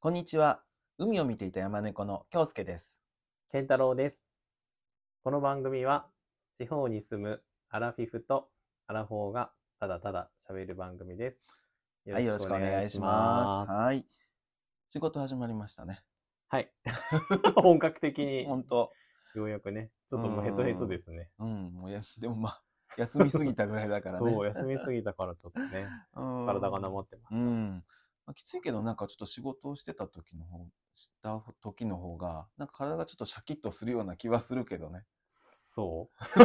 こんにちは。海を見ていた山猫の京介です。健太郎です。この番組は地方に住むアラフィフとアラフォーがただただ喋る番組です。よはい、よろしくお願いします。はい。はい。仕事始まりましたね。はい、本格的 に本当。ようやくね、ちょっともうヘトヘトですね。うん、もうや、 でもまあ、休みすぎたぐらいだからね。 そう、休みすぎたからちょっとね、体がなまってま うした。ん。まあきついけど、なんかちょっと仕事をしてた時の方、した時の方が、なんか体がちょっとシャキッとするような気はするけどね。 そう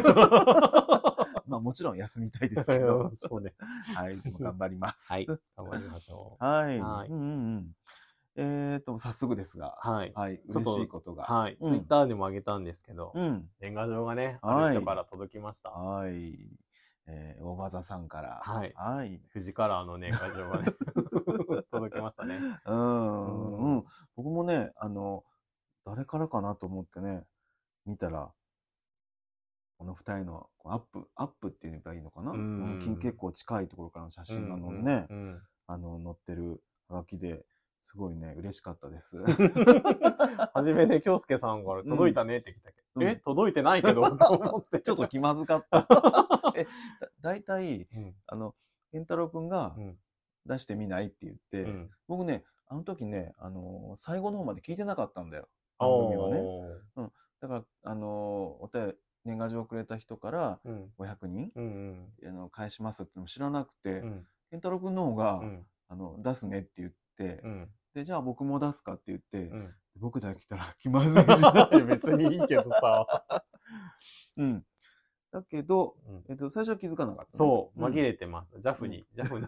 まあもちろん休みたいですけど、 そうね。はい、いつも頑張り ます。はい、頑張りましょう。はい。はいうんうんうん。えっ、と、早速ですが、はい。はい、ちょっと嬉しいことが。はい。うんツイッターでもあげたんですけど、うん。年賀状がね、はいある人から届きました。はい。えー、大場座さんから。はいはい。富士カラーの年賀状がね、届きましたね。うん、うんうん。僕もね、あの、誰からかなと思ってね、見たら、この二人のこうアップ、アップって言えばいいのかな、うんこの結構近いところからの写真がのね、うんあの、載ってるはがきで、すごいね、嬉しかったです。 初めて京介さんから届いたねって来たけど、うんえ、届いてないけど、と思って。ちょっと気まずか った。え、だだいたい、うん、あの、健太郎くんがうん出してみないって言って、うん。僕ね、あの時ね、あのー最後の方まで聞いてなかったんだよ。あ番組をね。ーだから、あのーお便り、年賀状をくれた人からうん。 500人、うん。あの返しますってのも知らなくて、う健ん。太郎くんの方が、うん。あの、出すねって言って、うん。で、じゃあ僕も出すかって言って、うん。僕だけ来たら気まずいし。別 にいいけどさ。うん。だけど、うんえっと、最初は気づかなかったね、そう、ん紛れてました。ジャフに、ジャフの、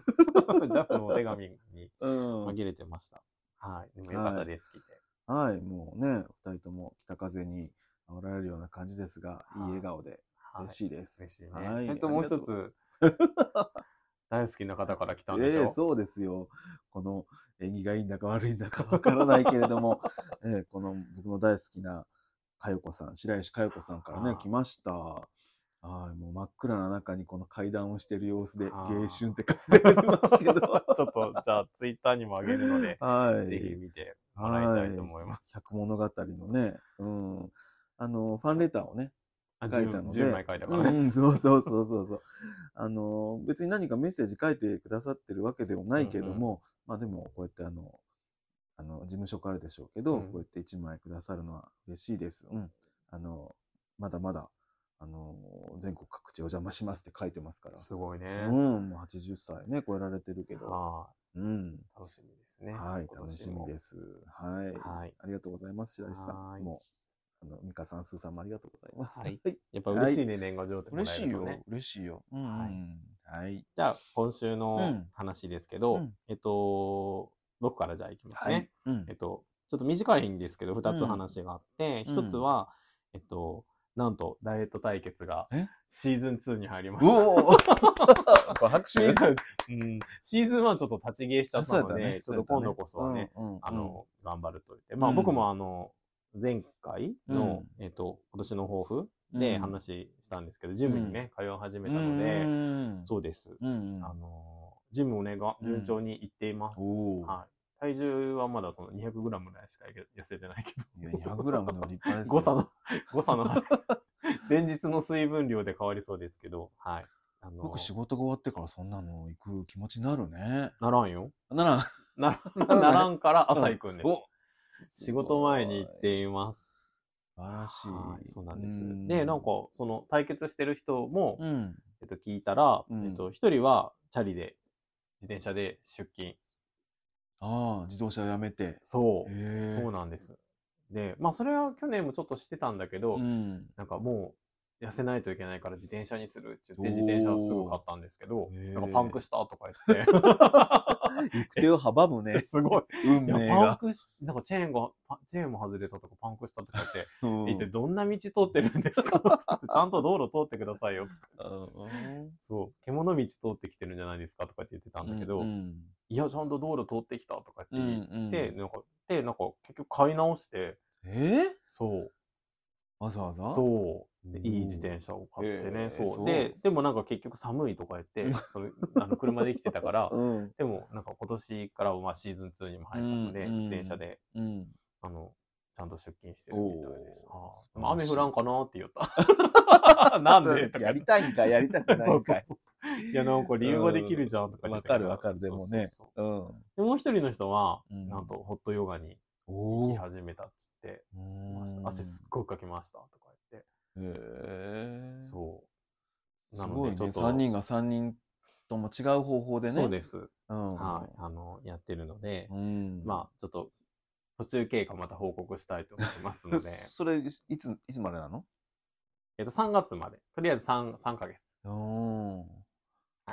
ジャフのお手紙にうん。紛れてました。はい。でもよかったです、来て。はい、もうね、二人とも北風に煽られるような感じですが、いいはい笑顔ではい嬉しいです。嬉しいね。はいそれともう一。あつ、大好きな方から来たんりがでしとうえょえそうですよ。この縁起がいいんだか悪いんだかわからないけれど も、ええこの僕の大好きなかよこさん、白石かよこさんからあねー、来ました。はい、もう真っ暗な中にこの階段をしている様子で、あー芸春って書いてありますけ ち ど。ょっと、じゃあ、ツイッターにもあげるので、はい。ぜひ見てもらいたいと思います。す。百物語のね、うん。あの、ファンレターをね、あ、書いたので10枚書いたからうね。ん、そうそうそうそう そう。あの、別に何かメッセージ書いてくださってるわけではないけども、まあでも、こうやってあの、あの、事務所からでしょうけど、うこんうやって1枚くださるのは嬉しいです。うん。あの、まだまだ、あの、全国各地お邪魔しますって書いてますから。すごいね。うん、もう80歳ね、超えられてるけど。はうん。い楽しみですね。。はい、楽しみですす。はい。はい。ありがとうございます、白石さはーん。いもう、あの、美香さん、スーさんもありがとうございます。はい。やっぱ嬉しいね、年賀状ってもら嬉えしるいとよね。、嬉しいよ。うんうん。はい。じゃあ、今週うのん話ですけうどん、えっと、僕からじゃあいきますね。。うんえっ。と、ちょっと短いんですけど、二うつん話があって、うん一つは、えっと、なんと、ダイエット対決がえ、シーズン2に入りま した。 おお拍シー ズン、うん、シーズン1ちょっと立ち消えしちゃったので、ちょっと今度こそはね、、あ、の、頑張ると言って。まあ、うん僕もあの、前回の、えっと、今年の抱負でうん話したんですけど、ジムにね、通い始めたのでで、うそうです。んうん。あの、ジムをね、が順調に行っています。おお。はい。体重はまだその 200g ぐらいしか痩せてないけいどや、。200グラムの立派です。 誤差。の、誤差の、 前日の水分量で変わりそうですけど、はい。あの僕、仕事が終わってからそんなの行く気持ちになるね。ならんよ。なら、ならん、ならんから朝行くんです。お仕事前に行っています。素晴らし。はいいそうなんです。で、なんか、、その対決してる人も、うん。えっと、聞いたら、うんえっと、一人はチャリで、自転車で出勤。ああ、自動車をやめて。そう。へえそうなんです。で、まあ、それは去年もちょっとしてたんだけど、うん。なんかもう、痩せないといけないから自転車にするって言っておー自転車すぐ買ったんですけど、へーなんかパンクしたとか言 っ行く手を阻むて、ね。 すごい。運いや命パンが。クし、なんかチェーンが、パチェーンも外れたとかパンクしたとか言って、 うん一体どんな道通ってるんですか ちゃんと道路通ってくださいよ。 うんそう、獣道通ってきてるんじゃないですかとかって言ってたんだけど、うんいや、ちゃんと道路通ってきたとかってうん言っうんて、なんか、で、なんか結局買い直して、えそう、わざわざそう。でうんいい自転車を買ってね、ええそ。そうう で、でもなんか結局寒いとか言って、そのあの車で来てたから、うん。でもなんか今年からはまあシーズン2にも入ったので、うんうん自転車で、うん。あの、ちゃんと出勤してるみたいでおす。ーは素晴らしあいまあ雨降らんかなって言 った。なんでとかやりたいんか、やりた くないそうんそかうい。そう。いや、なんか理由ができるじゃんとか言わってたかるわかる、でもねそうそう。うん。そうでもう一人の人は、うんなんとホットヨガに行おきー始めたっつってうましたーん汗すっごいかきましたとか言って。へえ。そう。なすのごいで、ね。ちょっと。 3人が3人とも違う方法でね。そうです。うん。はい。あの、やってるので、うん。まあ、ちょっと、途中経過また報告したいと思いますのそ で、それ、いつ、いつまでなのえっと、3月まで、とりあえず3、三ヶ月。うん。は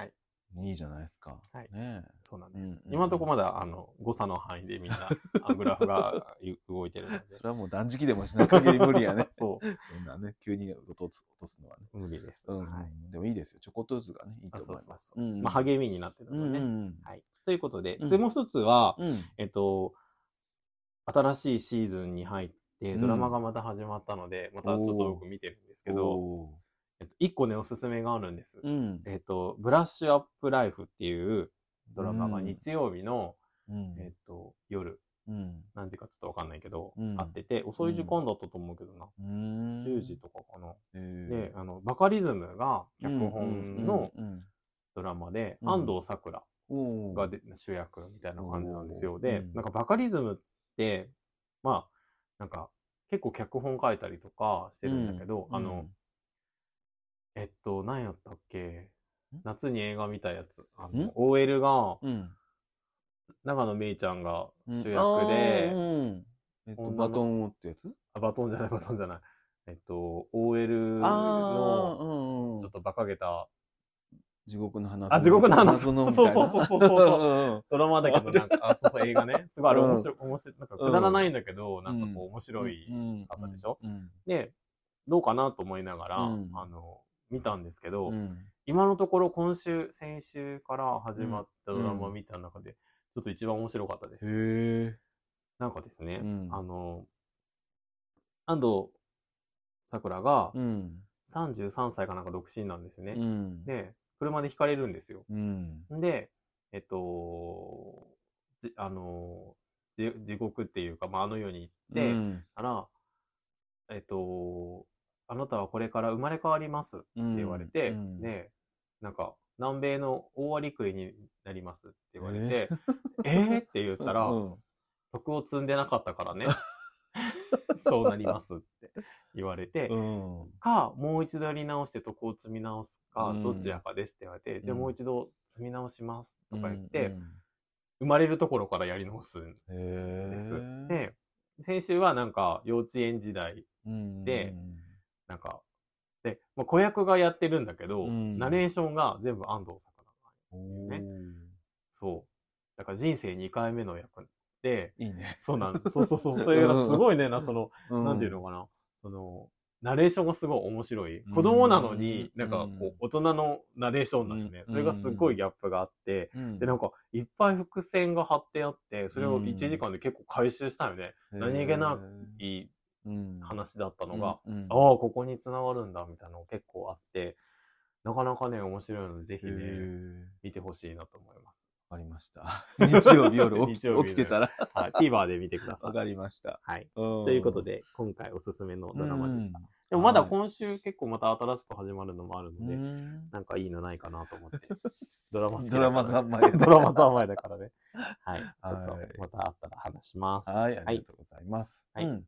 い。いいじゃないですか。はいねえそうなんです。うんうんうん今のところまだ、あの、誤差の範囲でみん な、あのグラフがゆ動いてるので。。それはもう断食でもしない限り無理やね そうそんなね、急に落とす落とすのはね。無理です。うん、はい。でもいいですよ。ちょこっとずつがね、いいあとそ思ういそうます。そう。うんうんまあ、励みになってるうのんで、うねんはい。ということで、うんで、もう一つは、うん。うんえっと、新しいシーズンに入って、うんドラマがまた始まったので、またちょっとよく見てるんですけど、おえっと、一個ね、おすすめがあるんです。ーうん。えっと、ブラッシュアップライフっていうドラマがうん日曜日の、うんえっと、夜、うん。何時かちょっとわかんないけど、うんあってて、遅い時間だったと思うけどな。うん10時とかかな。えーで、あの、バカリズムが脚本のうんうんドラマで、うん安藤サクラうんおーがで主役みたいな感じなんですよ。おーでう、んなんかバカリズムって、まあ、なんか結構脚本書いたりとかしてるんだけど、うんあの、えっと、何やったっけん夏に映画見たやつ。あんの、OL が、うん。長野めいちゃんがうん主役で、あーうんえっと、女のバトンをってやつあバトンじゃない、バトンじゃない。えっと、OL あーの、うんうんちょっと馬鹿げた地獄の花あ地獄の花謎のみたいなそうそうそうそうそうんんドラマだけど、なんか、あ、そうそう、映画ね。すごい、あれ面白い、面白い、なんかくだらないんだけど、なんかこう、面白いかったでしょうんで、どうかなと思いながら、うんあの、見たんですけど、うん今のところ今週、先週から始まったドラマを見た中で、ちょっと一番面白かったです。へえ。なんかですね、うんあの、安藤さくらがうん。 33歳かなんか独身なんですよね。うん。で、車でひかれるんですよ。うん。で、えっと、じあの、じ地獄っていうか、まあ、あの世に行って、うんあら、えっと、あなたはこれから生まれ変わりますって言われて、うんで、なんか、南米の大アリクイになりますって言われて、えーって言ったら、うん徳を積んでなかったか らね、そうなりますって言われて、うん。か、もう一度やり直して徳を積み直すか、うんどちらかですって言われて、で、うんもう一度積み直しますとか言って、うん生まれるところからやり直すんうんへえ。です。で、先週はなんか幼稚園時代、うん、でなんか、で、まあ、子役がやってるんだけど、うんナレーションが全部安藤さかな。おーそう。だから人生2回目の役で、いいね。そうなん そうそうそう。それがすごいね、な、その、なんていうののかな。その、ナレーションがすごい面白い。子供なのに、うんなんかこう、大人のナレーションなんよね。うんそれがすごいギャップがあって、で、なんか、いっぱい伏線が張ってあって、それを1時間で結構回収したよね。何気ないういい話だったののが、、うんああ、ここに繋がるんだ、みたいなの結構あって、なかなかね、面白いので、ぜひへね、え見てほしいなと思います。わかりま した。日曜日夜起き日曜起き日の夜てたらはい、TVer で見てくださわい。かりました。はい。とということ、で、今回おすすめのドラマでした。うんでもまだはい今週結構また新しく始まるのもあるので、うんなんかいいのないかなと思って。ドラマ好きドだからラマ三昧 ドラマ三昧だからね。はい。ちょっとはいまたあったら話します。ははい、ありがとうございます。はいうん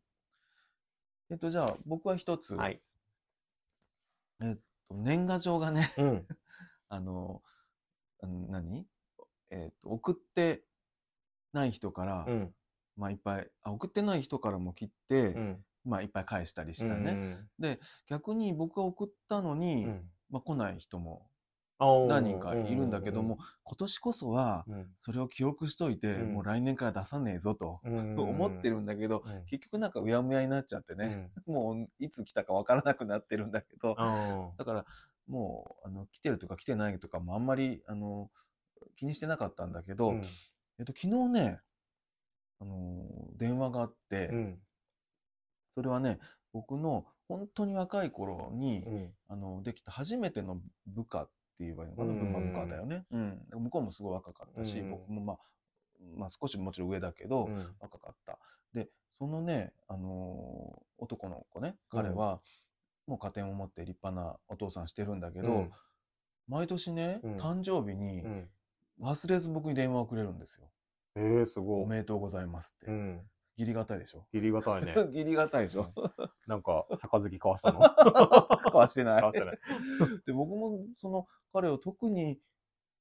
えっと、じゃあ、僕は一つ、い。年賀状がね、うん。あの、あの何えっと、送ってない人から、うん。まあ、いっぱいあ、送ってない人からも切って、うん。まあ、いっぱい返したりしたね。うん逆に僕が送ったのうに、ん。まあ、来ない人もうん何人かいるんだけども、、今年こそはう、んそれを記憶しといて、うんもう来年から出さねえぞと、うん思ってるんだけど、うん結局なんかうやむやになっちゃってうね、ん。もういつ来たかわからなくなってるんだけど、あだから、もう、あの、来てるとか来てないとかもあんまり、あの、気にしてなかったんだけあど、うんえっと、昨日ね、あの、電話があって、うんそれはね、僕の本当に若い頃に、うんあの、できた初めての部下って言えばいいのかな、うん文化部下だよね。うん。向こうもすごい若かったし、うん僕もまあ、まあ、少しもちろん上だけど、うん若かった。で、そのね、あのー男の子ね、うん彼は、もう家庭を持って立派なお父さんしてるんだけど、うん毎年ね、うん誕生日にうん忘れず僕に電話をくれるんですよ。えー、すおごい。めでとうございますって。うん。ギリがたいでしょ。ギリ がたい ね。ギリがたいでしょ。 なんか、杯交わした の交わしてない。交わしてない。 で、僕もその彼を特に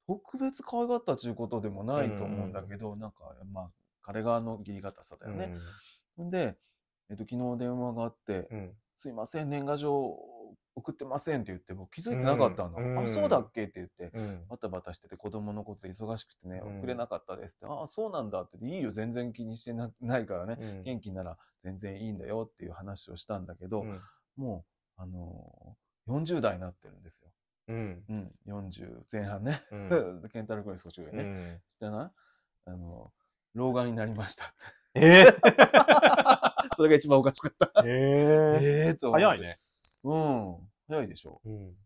特別可愛がったということでもないと思うんだけど、なんか、まあ、彼側の義理がたさだよね。ん、で、えっと、昨日電話があって、うん。すいません、年賀状送ってませんって言って、僕気づいてなかったの。うんうんあ、そうだっけって言って、うん。バタバタしてて子供のことで忙しくてね、うん送れなかったですって、ああ、そうなんだって言って、いいよ、全然気にしてなないからね、うん元気なら全然いいんだよっていう話をしたんだけど、うんもう、あのー40代になってるんですよ。うん。うん、40前半ね。うん。 ケンタル君より少し上うね。んしたな、あの、老眼になりました って。えー、それが一番おかしかった。 え ええとー、思って早い。ね。うん。早いでしょ。うん。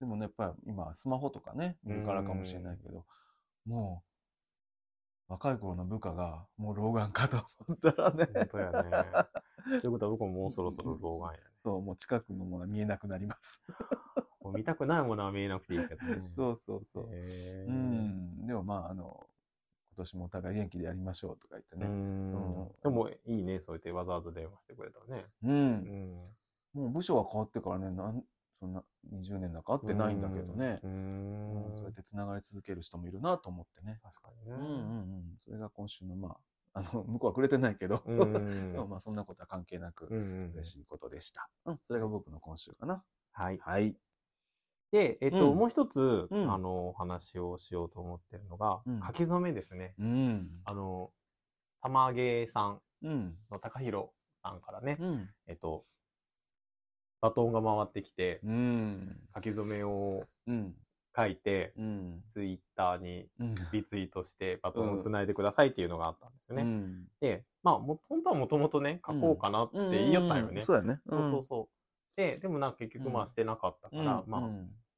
でもね、やっぱり今、スマホとかね、見るからかもしれないけど、もう、若い頃の部下が、もう老眼かと思ったらね、本当やね。ということは僕ももうそろそろ老眼やね。 そう、もう近くのものは見えなくなります。もう見たくないものは見えなくていいけどね。 そうそうそう。へーうん。でもまあ、あの、今年もお互い元気でやりましょうとか言ってうね。んうんでもいいね、そうやってわざわざ電話してくれたね。うんん。もう部署が変わってからね、なんそんな20年なんか会ってないんだけどねう、うんん。そうやってつながり続ける人もいるなと思ってね。確かうんうにんね。うん、それが今週の、まあ、あの向こうはくれてないけど、うん。でもまあそんなことは関係なく、うん嬉しいことでした、うん。それが僕の今週かな。はい。はい。で、えっと、うんもう一つ、うんあの、お話をしようと思ってるのが、うん書き初めですね。うん。あの、玉芸さんうん。の高弘さんからね、うん。えっと、バトンが回ってきて、うん。書き初めをうん。書いて、うん。ツイッターにうん。リツイートしてバトンをつないでくださいっていうのがあったんですよね。うん。で、まあ、も本当はもともとね、書こうかなって言いよったんようんね。そうだね。そうそうそそう。で、でもなんか結局まうあんしてなかったかうん。ら、まあ、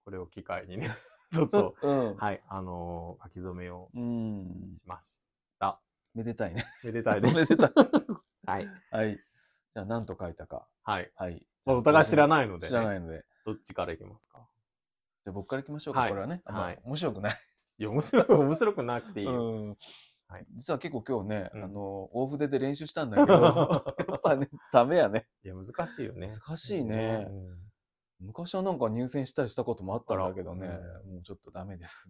これを機会にね、 ちょ っと、うん。はい、あのー書き初めをうん。しました。めでたいね。。めでたいでめでたい。 はい。 はい。じゃあ何と書いたか。 はい。はい。まあお互い知らないのでね知らないので。じどっちからいきますかゃあ僕から行きましょうか、はいこれはね。あんまはい面白くない。いや、面白く、面白くな くていいよ。うんはい実は結構今日ね、うんあの、大筆で練習したんだけど、 やっぱね、ダメやね。いや、難しいよね。難しいねうん昔はなんか入選したりしたこともあったんだけどねあら、もうちょっとダメ です。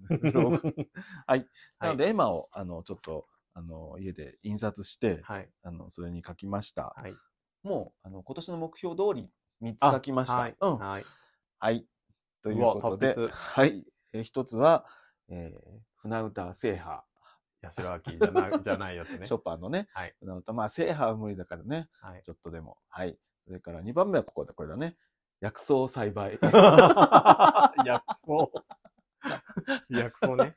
はい。なのはで、絵馬を、あの、ちょっと、あの、家で印刷して、はい。あの、それに書きました。はい。もう、あの、今年の目標通り3つ書きました。はい。うん。はい。はい。ということで、うわ達筆はい。えー一つは、えー船歌制覇、八代亜紀じゃ ない、じゃないやつねショ。パンのね、はい船歌、まあ制覇は無理だからね、はい。ちょっとでも。はい。それから2番目はここだ、これだね。薬草栽培。 薬草。 薬草ね。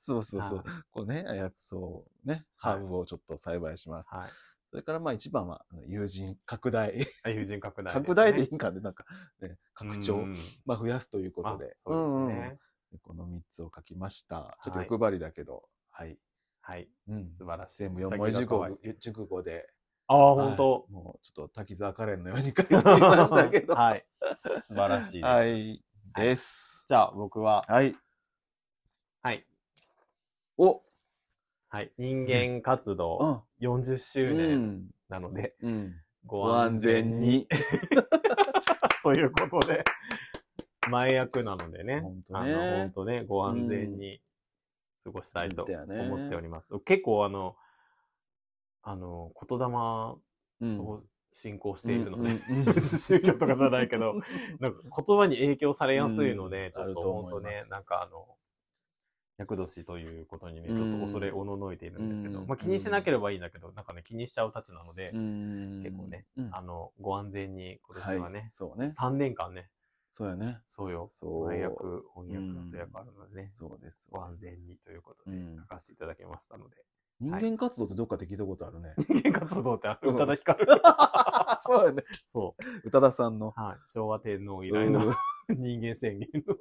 そうそうそうは。こうね、薬草をね、ハーブをちょっと栽培します。はい。それからまあ一番は、あの友人拡 大。あ友人拡大すね。拡大でいいんかね、なんか、ね、拡張。うんまあ増やすということあで。そうですんうんね。この3つを書きました。ちょっとはい欲張りだけど、はい。はい。うん。素晴らしい。全部四文字熟語先が怖い熟語で。ああ、本は当い。もうちょっと滝沢カレンのように書いてみましたけど。 はい。素晴らしいです。はい。です。じゃあ僕は、はい。はい。おはい。人間活う動ん。 40周う年ん。なので、うん。ごご安全。に。ということで、前役なのでね、本当あねの本当ね、ご安全に過ごしたいとだよね思っております。結構あの、あの、言霊うん。を進行しているので、うんうんうん 宗教とかじゃないけど、なんか言葉に影響されやすいので、うんちょっあるとと思い本当まねす、なんかあの、厄年ということにね、うんちょっと恐れおののいているんですけど、うんまあ気にしなければいいんだけど、なんかね、気にしちゃうたちなので、うん結構ね、うんあの、ご安全に今年はね、はいそうね3年間ね、そうやね。そうよ、そう前役、う翻訳んのと役あるのでね、そうです。ご安全にということでうん書かせていただきましたので、人間活動ってどっかで聞いたことあるね。人間活動ってあうのん宇多田ヒカル。そうやね。 そう。宇多田さんの。 はい。昭和天皇以来の うん人間宣言の。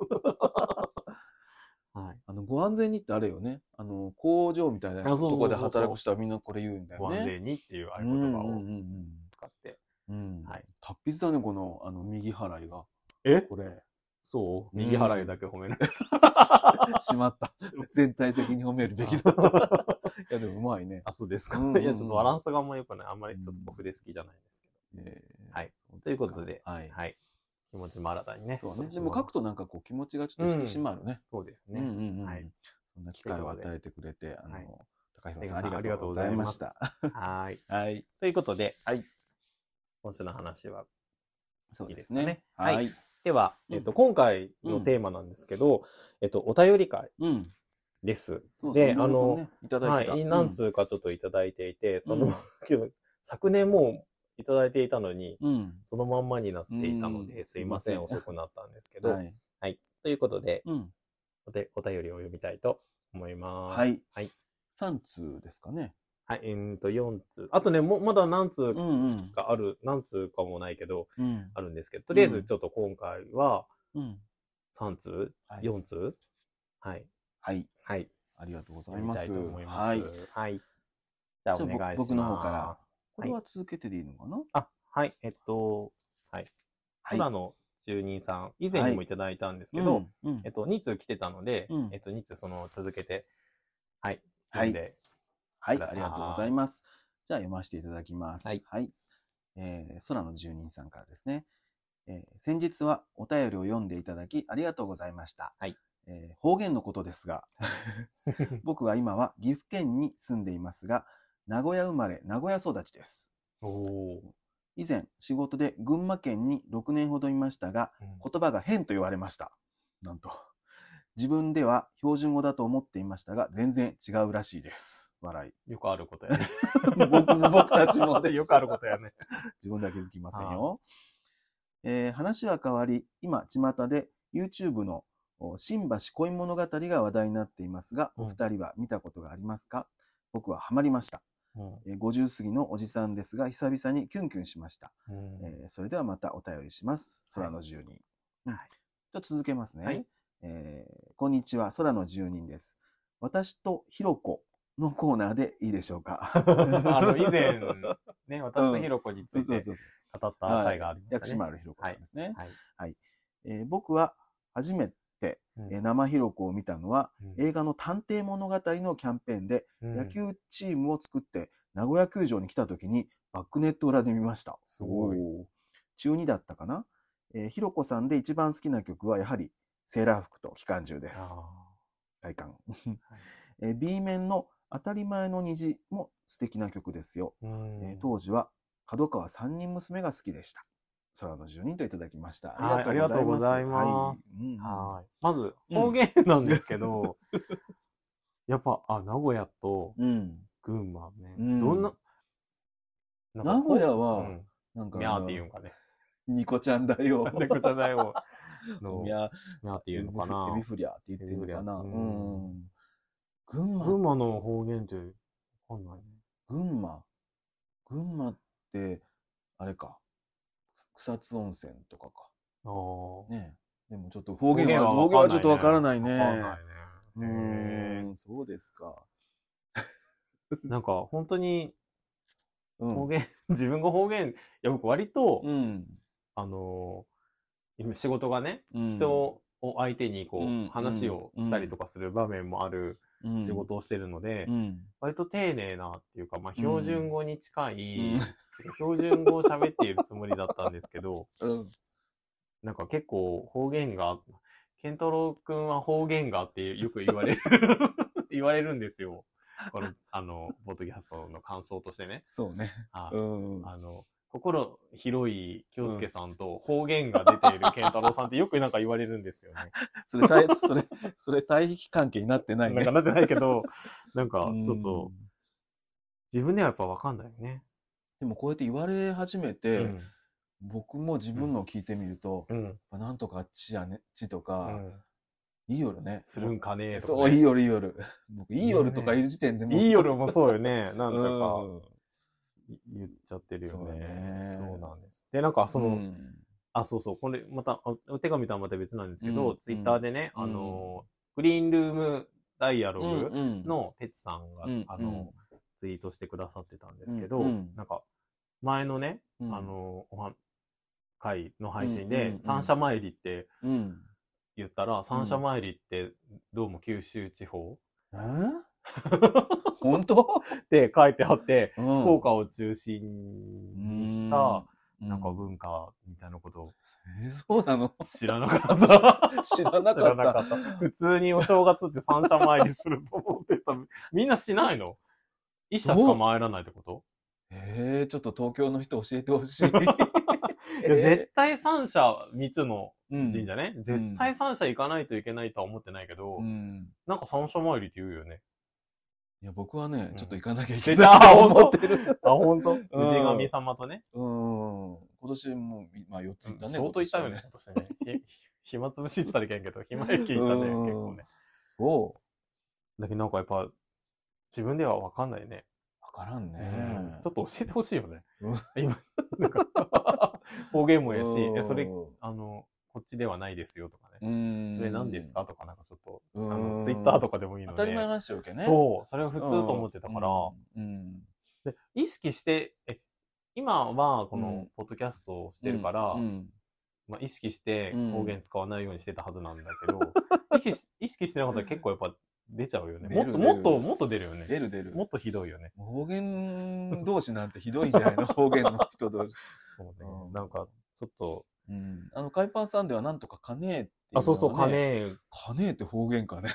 はい。 あの、ご安全にってあれよね。あの、工場みたいなあとそうそうそこうそうで働く人はみんなこれ言うんだよごね。安全にっていう合うんうん言う葉んうをん使って。うん。はい達筆だね、この、あの、右払いが。えこ れ。そううん右払いだけ褒められた。しまった。全体的に褒めるべきだ。 いや、でもうまいね。あ、そうですか。うんうんうんいや、ちょっとバランスがあんまよくない。あんまりちょっと僕で好きじゃないんですけえーはい。そというすかことではいど。。はい。気持ちも新たにね。そうね。私でも書くとなんかこう気持ちがちょっと引き締まるね。そうですうんうんね。うんうんはいそんな機会を与えてくれて、あはいの、高弘出川ささんんありがとうございました。はーい。はい。ということで、はい今週の話は。そういいでですすかねね。はいはい。では、うんえっと、今回のテーマなんですけど、えっと、お便り会うん。です。そうでいろいろね、いただはいてた。い。何通かちょっといただいていて、そうんの、 昨年もういただいていたのに、うん。うん。そのまんまになっていたのうで、んすいませすいん、ません遅くなったんですけど。はい。ということで、うん。お手お便りを読みたいと思います。は。い。はい。 3通ですかね。はい、えーっと、4通。あとね、もうまだ何通うんうん。かある、何通かもないけど、うん。あるんですけど、とりあえずちょっと今回はうん。 3通、はい4通はい。はい。はい。ありがとうござい読みまたす。いと思います。はい。はい。じゃあ、おじゃあ願いします。僕の方から。これはは続けてでいいのかなあ、はい。えっと、はい。はい今の住人さん、以前にもいただいたんですけど、、うんうんえっと、2通来てたので、うんえっと、2通その続けて、はい。はい読んではい、くだあさいりがとうございます。じゃあ読ませていただきます。はい。えー空の住人さんからですね。えー先日はお便りを読んでいただきありがとうございました。はい。えー方言のことです が、僕は今は岐阜県に住んでいますが、名古屋生まれ、名古屋育ちです。おー以前、仕事で群馬県に6年ほどいましたが、言葉が変と言われました。なんと。自分では標準語だと思っていましたが、全然違うらしいです。笑い。よくあることやね。 僕も僕たちもですよくあることやね。自分では気づきませんよ。えー話は変わり、今、巷で YouTube のお新橋恋物語が話題になっていますが、うんお二人は見たことがありますか僕はハマりました、えー50過ぎのおじさんですが、久々にキュンキュンしました。うん えーそれではまたお便りします。空の住人。うんはいじゃあ続けますね、はいえーこんにちは、空の住人です。私とひろこのコーナーでいいでしょうか。 あの、以前、ね、私とひろこにつそういそうてそうそう。語った回がありま薬した師ね。丸ひろこさんですね。はい。えー僕は初めて、えー生ひろこを見たのは、うん映画の探偵物語のキャンペーンで、うん野球チームを作って名古屋球場に来た時にバックネット裏で見ました。すごいおー。中2だったかな、えーひろこさんで一番好きな曲はやはりセーラー服と機関銃であす。外観、 えー B 面の当たり前の虹も素敵な曲ですよ。ーうんえー当時は角川三人娘が好きでした。空の住人といただきました。はいありがとうございます。はいうんはい。まず、うん方言なんです けど、やっぱ、あ、名古屋とうん。群馬ね。うんどんな、な名古屋は、うは、んなんか、ミャーって言うんかね。ニコちゃんだよ。なんでじゃないを、 の ミミャャーっーって言うのかエビな。フリアって言ってるのかな。エうビフリアうんん。群群馬、馬の方言って、わかんないね。群馬。群馬って、あれか。草津温泉とかか。ああ。ねえでもちょっと方言は、方方言言ははちょ分かんないねっとわからないね。わかんなういね。ん、そうですか。へーなんか本当にうん方言、 自分が方言、いや僕割と、うん。あのー今仕事がね、うん人を相手にこう、うん話をしたりとかする場面もあるうん仕事をしてるので、うん。割と丁寧なっていうか、まあうん標準語に近い、うん 標準語を喋っているつもりだったんですけど、うん。なんか結構方言が、ケントロウ君は方言がってよく言われ る、言われるんですよ。この、あの、ポッドキャストの感想としてね。そうね。あうん。あの、心広い京介さんと方言が出ている健太郎さんってよくなんか言われるんですよ ね。それ、対それ、それ、対比関係になってないなねんか。なってないけ ど、なんかちょっうとん、自分ではやっぱわかんないよね。でもこうやって言われ始めて、うん。僕も自分のを聞いてみると、うん。やっぱなんとかあっちやね、ちとうか、んいいよるね。するんかねえとそかう、ね、いいよるいいよる。僕、いいよるとか言う時点でもういい夜もそうよね。なんだかうん言っちゃってるよそうね。ねそうなんです。で、なんかその、うんあ、そうそう、これまた、あお手紙とはまた別なんですけど、うんツイッターでね、うんあの、グリーンルームダイアログうんのてつさんが、うんあうんの、ツイートしてくださってたんですけど、うんうんなんか、前のね、うんあの、おは会の配う信んうんでう、ん三社参りってうん。言ったら、三社参りって、どうも九州地方、えー本当って書いてあって、福福岡を中心にした、なんか文化みたいなことをえーそうな の知らなかった。知らな知からっなた。かった。 普通にお正月って三社参りすると思ってた。みんなしないの一社しか参らないってことえー、ちょっと東京の人教えてほ しい。 いや絶対三社、三つのうん神社ね。絶対三社行かないといけないとは思ってないけど、うん。なんか三社参りって言うよね。いや、僕はねう、んちょっと行か なきゃいけ ないと思ってる。あ、本当。氏神様とね。うん。今年もう、まあ、4つ行ったね。相当行ったよね、今年ね。ひ暇つぶししたらいけんけど、暇駅行ったね、うん結構今ね。年はね。そだけどなんかやっぱ、自分ではわかんないね。う。わからんね。ちょっと教えてほしいよねうん。今、なんか、方言もやし、うんえそれ、あの、こっちではないですよとかね。うん。それ何ですかとか、なんかちょっと、うあんの、ツイッターとかでもいいの当で。たり前の話を受けね。そう、それが普通と思ってたから、うん。うん。で意識して、え、今はこうのん、ポッドキャストをしてるから、うんまあ、意識してうん方言使わないようにしてたはずなんだ けど、意識し意識してなかったら結構やっぱ出ちゃうよね。出もる出るっと、もっと、もっと出るよね。出る出るも。っとひどいよね。方言同士なんてひどいんじゃないの方言の人同士。そうね。うんなんか、ちょっと、うん。あの、海パンさんではなんとかかねえっていのがねあ、そうそう、か。ねえ、かねえって方言 かね。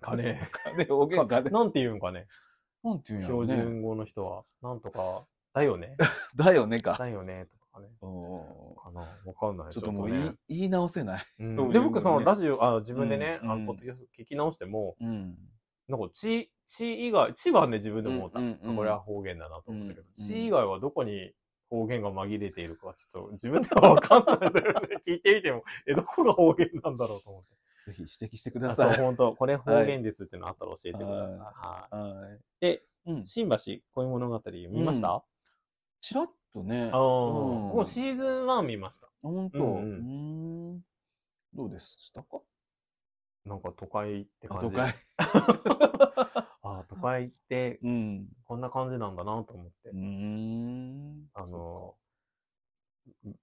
かねかねえ方言かえ。ね。なんて言うんかね。なんていうんやろ標ね。準語の人は、なんとか、だよね。だよねか。だよね、とかね。おーかな。わかんない。ちょっともうね言い,、言い直せない。うん標準語で、ね僕、その、ラジオ、あ、自分でね、うんあうの、んポッドキャスト聞き直しても、うん。なんか、ち、ち以外、ちはね、自分でも思った。うんうんうんこれは方言だなと思ったけど、うんち以外はどこに方言が紛れているかは、ちょっと、自分ではわかんないんだよ ね。聞いてみても、え、どこが方言なんだろうと思って。ぜひ指摘してくあだそう、さい。本当これ方言ですっていうのあったら教えてください。はははい。で、うんい。。新橋恋物語見ました、ちらっとね。ああ、うんもうシーズン1見ました。ほんと。ううんうんーん。どうでしたかなんか都会ってあ感じ。都会。。あー都会ってうん。こんな感じなんだなと思ってう。ーん。あの、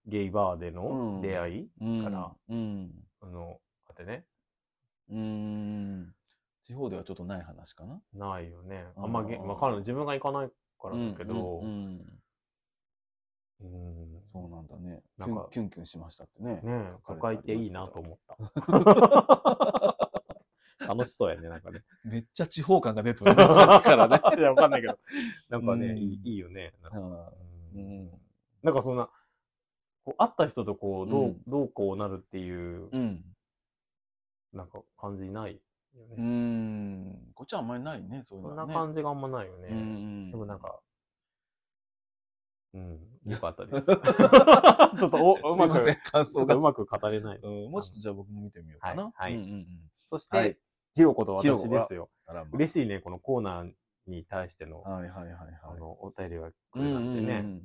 ゲイバーでうのん出会い、うんから。うん。あの、あってね、うーん。地方ではちょっとない話かな。ないよね。あんまげ、あーわかんない。自分が行かないからだけど、うんうんうんうんそうなんだね。なんかキュンキュンキュンしましたってね。ねえ都会っていいなと思 った。楽しそうやね、なんか ね。めっちゃ地方感が出てるね、 さっきからね。いや、わかんないけど。なんかね、うんいいいいよね。なんかあーうんなんかそんな、こう会った人とこう、どう、うんどうこうなるっていう、うん。なんか感じないようね。ん。こっちはあんまりないね、そういうそのんなはね。感じがあんまないよね。うんうんでもなんか、うん、よかった です。ちょ っとおうまく、すいません、感ちょ想っとがう。まく語れない。うんもうちょっとじゃあ僕も見てみようかな。はいはいうんうんうんそしはてい、ひろこと私ですよ。あらま嬉しいね、このコーナーに対しての、はいはいはいはい。あの、お便りがうくんれうたんんうでん、ね。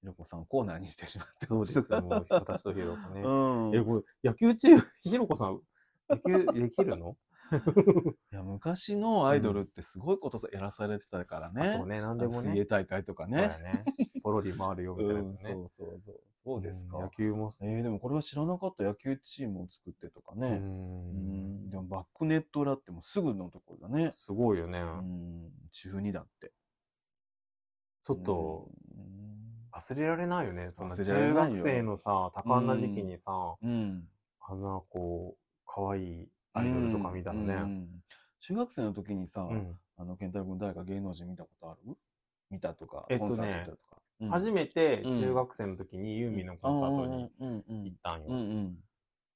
ひろこさんコーナーにしてしまって。そうですよ、もう私とひろこね。うん。え、これ、野球チーム、ひろこさん、野球できるの、いや昔のアイドルってすごいことさやらされてたからね。あそうね、なんでも水ね泳。大会とかそうやね。ね。ポロリ回るよみたいなやつね。うんそうそうそう。そうですか。ん野球もえーでもこれは知らなかった野球チームを作ってとかう。ね。うんん。でもバックネット裏ってもうすぐのところだね。すごいよね。うん。中二だって。ちょっと忘れられないよね。そんな忘れられ中ないよ学生のさ、多感な時期にさ、うん。うん。あんなこう、可愛いアイドルとか見たらうんうね。ん中学生の時にさ、うんあの、健太郎君誰か芸能人見たことある見たとか、えっとねコンサート行ったとか。うん初めて中学生の時にユーミンのコンサートにうんうんうん行ったんうんうよ。ん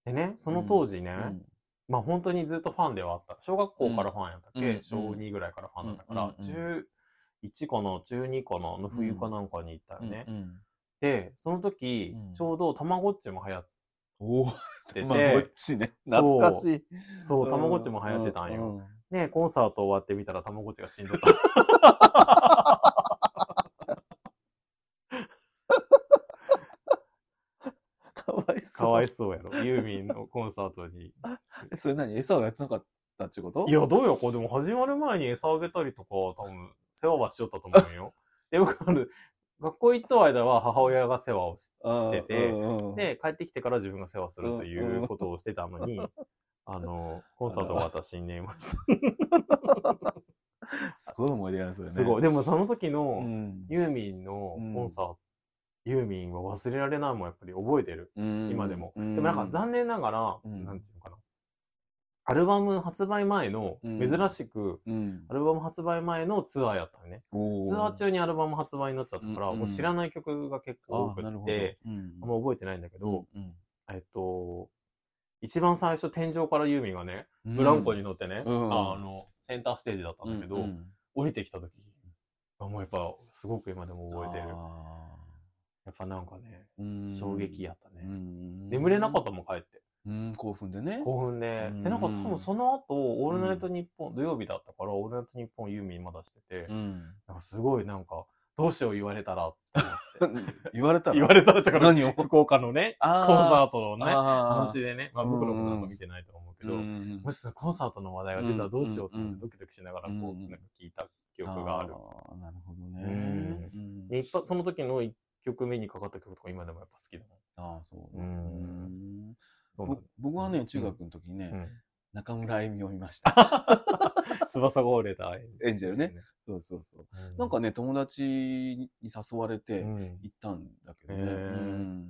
でね、その当時うね、んまあ本当にずっとファンではあった。小学校からファンやったっけ、うん小2ぐらいからファンだったから、うん中1かな、中2かな、の冬かなんかに行ったよね。うんうんで、その時、うんちょうどたまごっちも流行っおお、てて、まあ、こっちね。そう懐かしい。そう、たまごっちも流行ってたんよ。うう。ねコンサート終わってみたらたまごっちが死んどった。 かわいそう。かわいそうやろ。ユーミンのコンサートに。それ何餌をやってなかったっちゅうこと いや、どうよ、こう、でも始まる前に餌あげたりとか、多分、世話はしよったと思うよ。で、僕、あの学校行った間は母親が世話をししてて、で、帰ってきてから自分が世話するということをしてたのに、あの、コンサート終わったら死んでいました。すごい思い出やんそれね。 すごい。でもその時うのん。ユーミンのコンサート、ユーミンは忘れられないもんやっぱり覚えてる。今でも。でもなんか残念ながら、うんなんていうのかな。アルバム発売前の、うん珍しく、うんアルバム発売前のツアーやったのね。おツアー中にアルバム発売になっちゃったから、うんもう知らない曲が結構多あくあなるっほどて、うんあんま覚えてないんだけど、うんえっと、一番最初天井からユーミンがね、うんブランコに乗ってね、うんあの、センターステージだったんだけど、うんうん降りてきた時がもうやっぱすごく今でも覚えてる。あやっぱなんかね、ーうん衝撃やったうね。ん眠れなかったもん帰って。うん興奮でね興奮で。うんで、なんかしかもその後、オールナイトニッポン、土曜日だったから、オールナイトニッポンユーミンまだしてて、うんなんかすごいなんか、どうしよう言われたらって思って。 言われたら言われたら、だから何を福岡のね、コンサあートーのね、あ話でね、まあ僕のことなんか見てないと思うけーうど、んもしそのコンサートの話題が出たらどうしようって思ってうんドキドキしながらこう、うんなんか聞いた記憶がある。ーなるほどうねうんで、一発、その時の一曲目にかかった曲とか今でもやっぱ好きだもん。ああそうううんんそうなんぼだ僕はね中学の時にうねん中村あゆみを見ました 翼が折れた。エンジェルね。そうそうそうなんかね、ね友達に誘われてうん行ったんだけどへね、うーん、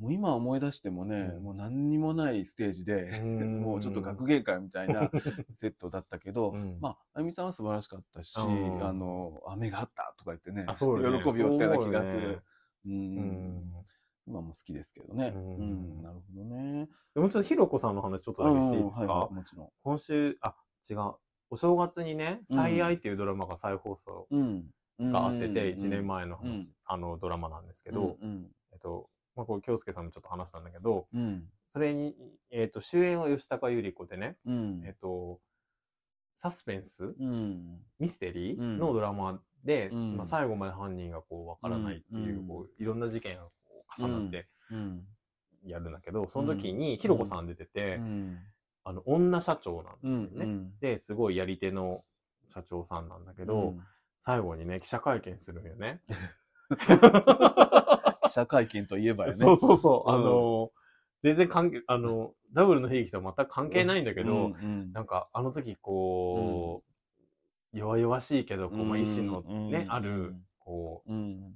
もう今思い出してもね、うんもう何にもないステージで、うんもうちょっと学芸会みたいなセットだったけど、うんまああゆみさんは素晴らしかったし、うんあの雨があったとか言ってねあそうよね喜びをったような気がすそうよねる。うんうん今も好きですけどね。ううんん、なるほどね。でもうちょっとひろこさんの話ちょっとだけしていいですか、うんはいはいもちろ今週、あ、違う。お正月にね、最愛っていうドラマが再放送ん。うん。があってて、うん1年前の話、うんあのドラマなんですけど、うん。えっと、まあ、こう、京介さんもちょっと話したんだけど、うん。それに、えっと、主演は吉高由里子でね、うん。えっと、サスペンスうん。ミステリーうんのドラマで、うんまあ、最後まで犯人がこう、わからないっていう、うんこう、いろんな事件がこう重なってうん。やるんだけど、その時に、ひろこさん出てて、うん。あの、女社長なんだよね。うん。で、すごいやり手の社長さんなんだけど、最後にね、記者会見するんよね。記者会見といえばよね。 そうそうそう。うんあの、全然関係、あの、ダブルの悲劇とは全く関係ないんだけど、うんうんなんか、あの時こう、弱々しいけど、こう、まうあ、ん意志のね、うんある、こう、うん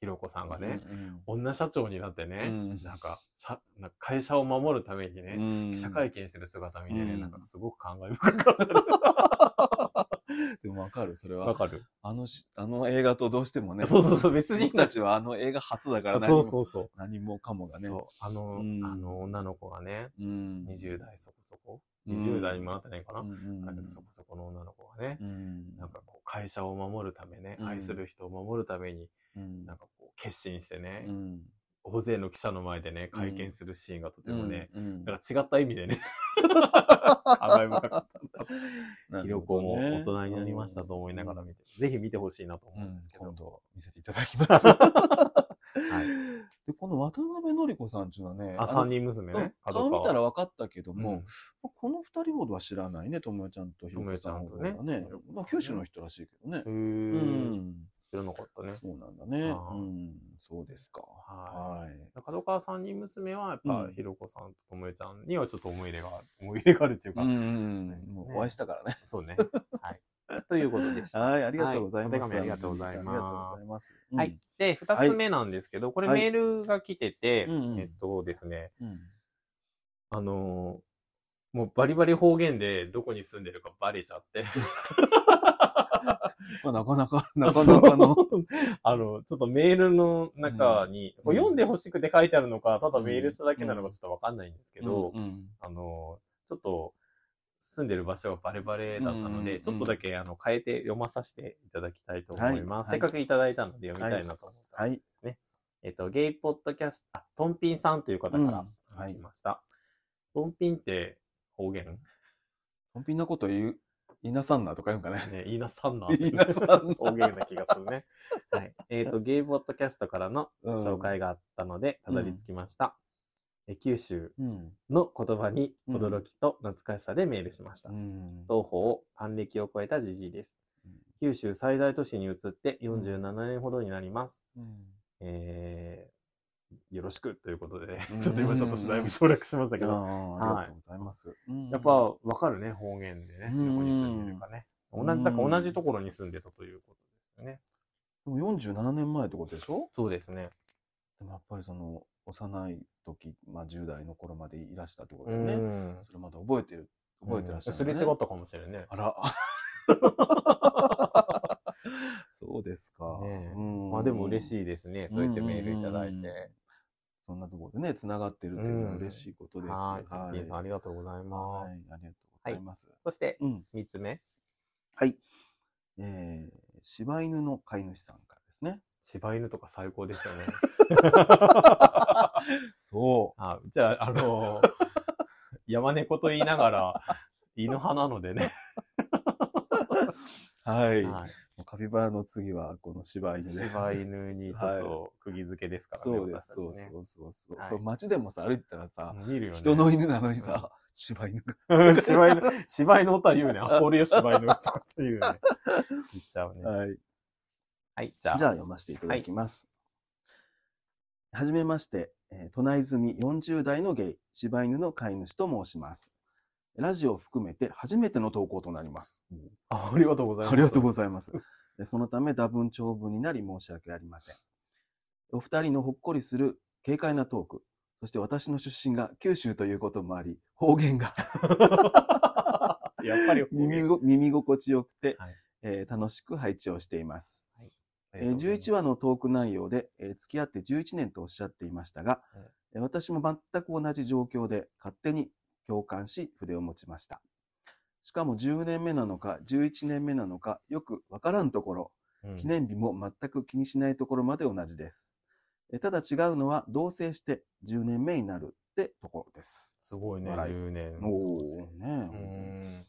ひろこさんがね、うん女社長になってね、うんなんか、社なんか会社を守るためにね、うん記者会見してる姿見てね、うんなんかすごく感慨深かった。でもわかる、それわは。かる、あのし、あの映画とどうしてもね、そうそうそう、別人僕たちはあの映画初だから何そうもそうそう。何もかもがね。そう。あの、うんあの女の子がね、うん20代そこそこ、うん20代にもなってないかな、うんうんだけどそこそこの女の子がね、うんなんかこう会社を守るためね、うん愛する人を守るために、うんなんかこう決心してね、うん大勢の記者の前でね、会見するシーンがとてもね、うんうんなんか違った意味 でね、甘い深かった。なひるろほこどねも大人になりましたと思いながら見て、ぜひ見てほしいなとう思うんんですけど。今度見せていただきます。はい、で、この渡辺典子さんっていうのはね、あ、の3人娘ね。うん角顔川見たら分かったけどうんも、この二人ほどは知らないね、ともよちゃんとひろこさんほどはともよちゃんねとね。まあ、九州の人らしいけどねへ。うーん。知らなかったね。そうなんだね。あーうん。そうですか。ははい。い。角川三人娘は、やっぱう、んひろこさんとともえちゃんにはちょっと思い入れがある。思い入れがあるっていうか、んもうお会いしたからね。そうね。 はい。ということでした。はい、ありがとうございます。はいお手紙ありがとうございますありがとうございます。うんはい。。で、二つ目なんですけど、これはいメールが来てて、うんうんえっとですね、うんあのーもうバリバリ方言でどこに住んでるかバレちゃって。まあなかなか、 なかなかの。あの、ちょっとメールの中に、んこう読んでほしくて書いてあるのか、ただメールしただけなのかちょっとわかんないんですけど、うんあの、ちょっと住んでる場所がバレバレだったので、うんうんちょっとだけあの変えて読まさせていただきたいと思います。はいせっかくいただいたので読みたいなと思ったはんいで。すね。えっと、ゲイポッドキャスター、トンピンさんという方からうんはい来ました。トンピンって方言、ね、コンピンなこと言う、言いなさんなとか言うんかね。言いなさんな。 言いなさんな方言な気がするね。はい。えっと、ゲイポッドキャストからの紹介があったので、たうんどり着きました。え九州うん。の言葉に驚きと懐かしさでメールしました。うん。東方、還暦を超えたじじいですうん。九州最大都市に移って47年ほどになります。うんえー、よろしくということでねうんちょっと今ちょっとだいぶ省略しましたけあど、ーはありがいとうございます。うんやっぱ、わかるね、方言でね、うんどこに住んでるかね。同じ、だから同じところに住んでたということですよね。でも47年前ってことでしょそうですね。でもやっぱりその、幼い時、まあ10代の頃までいらしたってことうだよね。ん。それまだ覚えてる、覚えてらっしゃる、すれ違ったかもしれないね。あら。 そうですか。ねえうんまあでも嬉しいですね。そうやってメールいただいうんうんうんて。そんなところでね、つながってるっていうのは嬉しいことです。はい。キャンティーンさんありがとうございはまいす。ありがとうございます。そして、うん。三つ目。はい。えー、柴犬の飼い主さんからですね。柴犬とか最高ですよね。そあじゃあ、あの、 山猫と言いながら、犬派なのでね。う。はい。はいカピバラの次は、この柴犬で。柴犬にちょっと釘付けですからね、そうです、私そたうちねそうそうそう、はいそう。街でもさ、歩いてたらさ、見るよね。人の犬なのにさ、柴犬が。うん柴犬、柴犬歌言うね。あ、俺よ、柴犬とかっ て言うね。言っちゃうね。はい。はい、じゃあ。じゃあ読ませていただきます。はじめまして、えー都内住み40代のゲイ、柴犬の飼い主と申します。ラジオを含めて初めての投稿となります。あありがとうございます。ありがとうごございます。でそのため多文長文になり申し訳ありません。お二人のほっこりする軽快なトーク、そして私の出身が九州ということもあり、方言が やっ ぱり耳ご耳心地よくて、はいえー楽しく配置をしています。ええー11話のトーク内容で、えー付き合って11年とおっしゃっていましたが、うんえー私も全く同じ状況で勝手に共感し筆を持ちました。しかも10年目なのか11年目なのかよくわからんところ、記念日も全く気にしないところまで同じです。えーただ違うのは同棲して10年目になるってところです。すごいね、笑い10年。おですーようねん。えー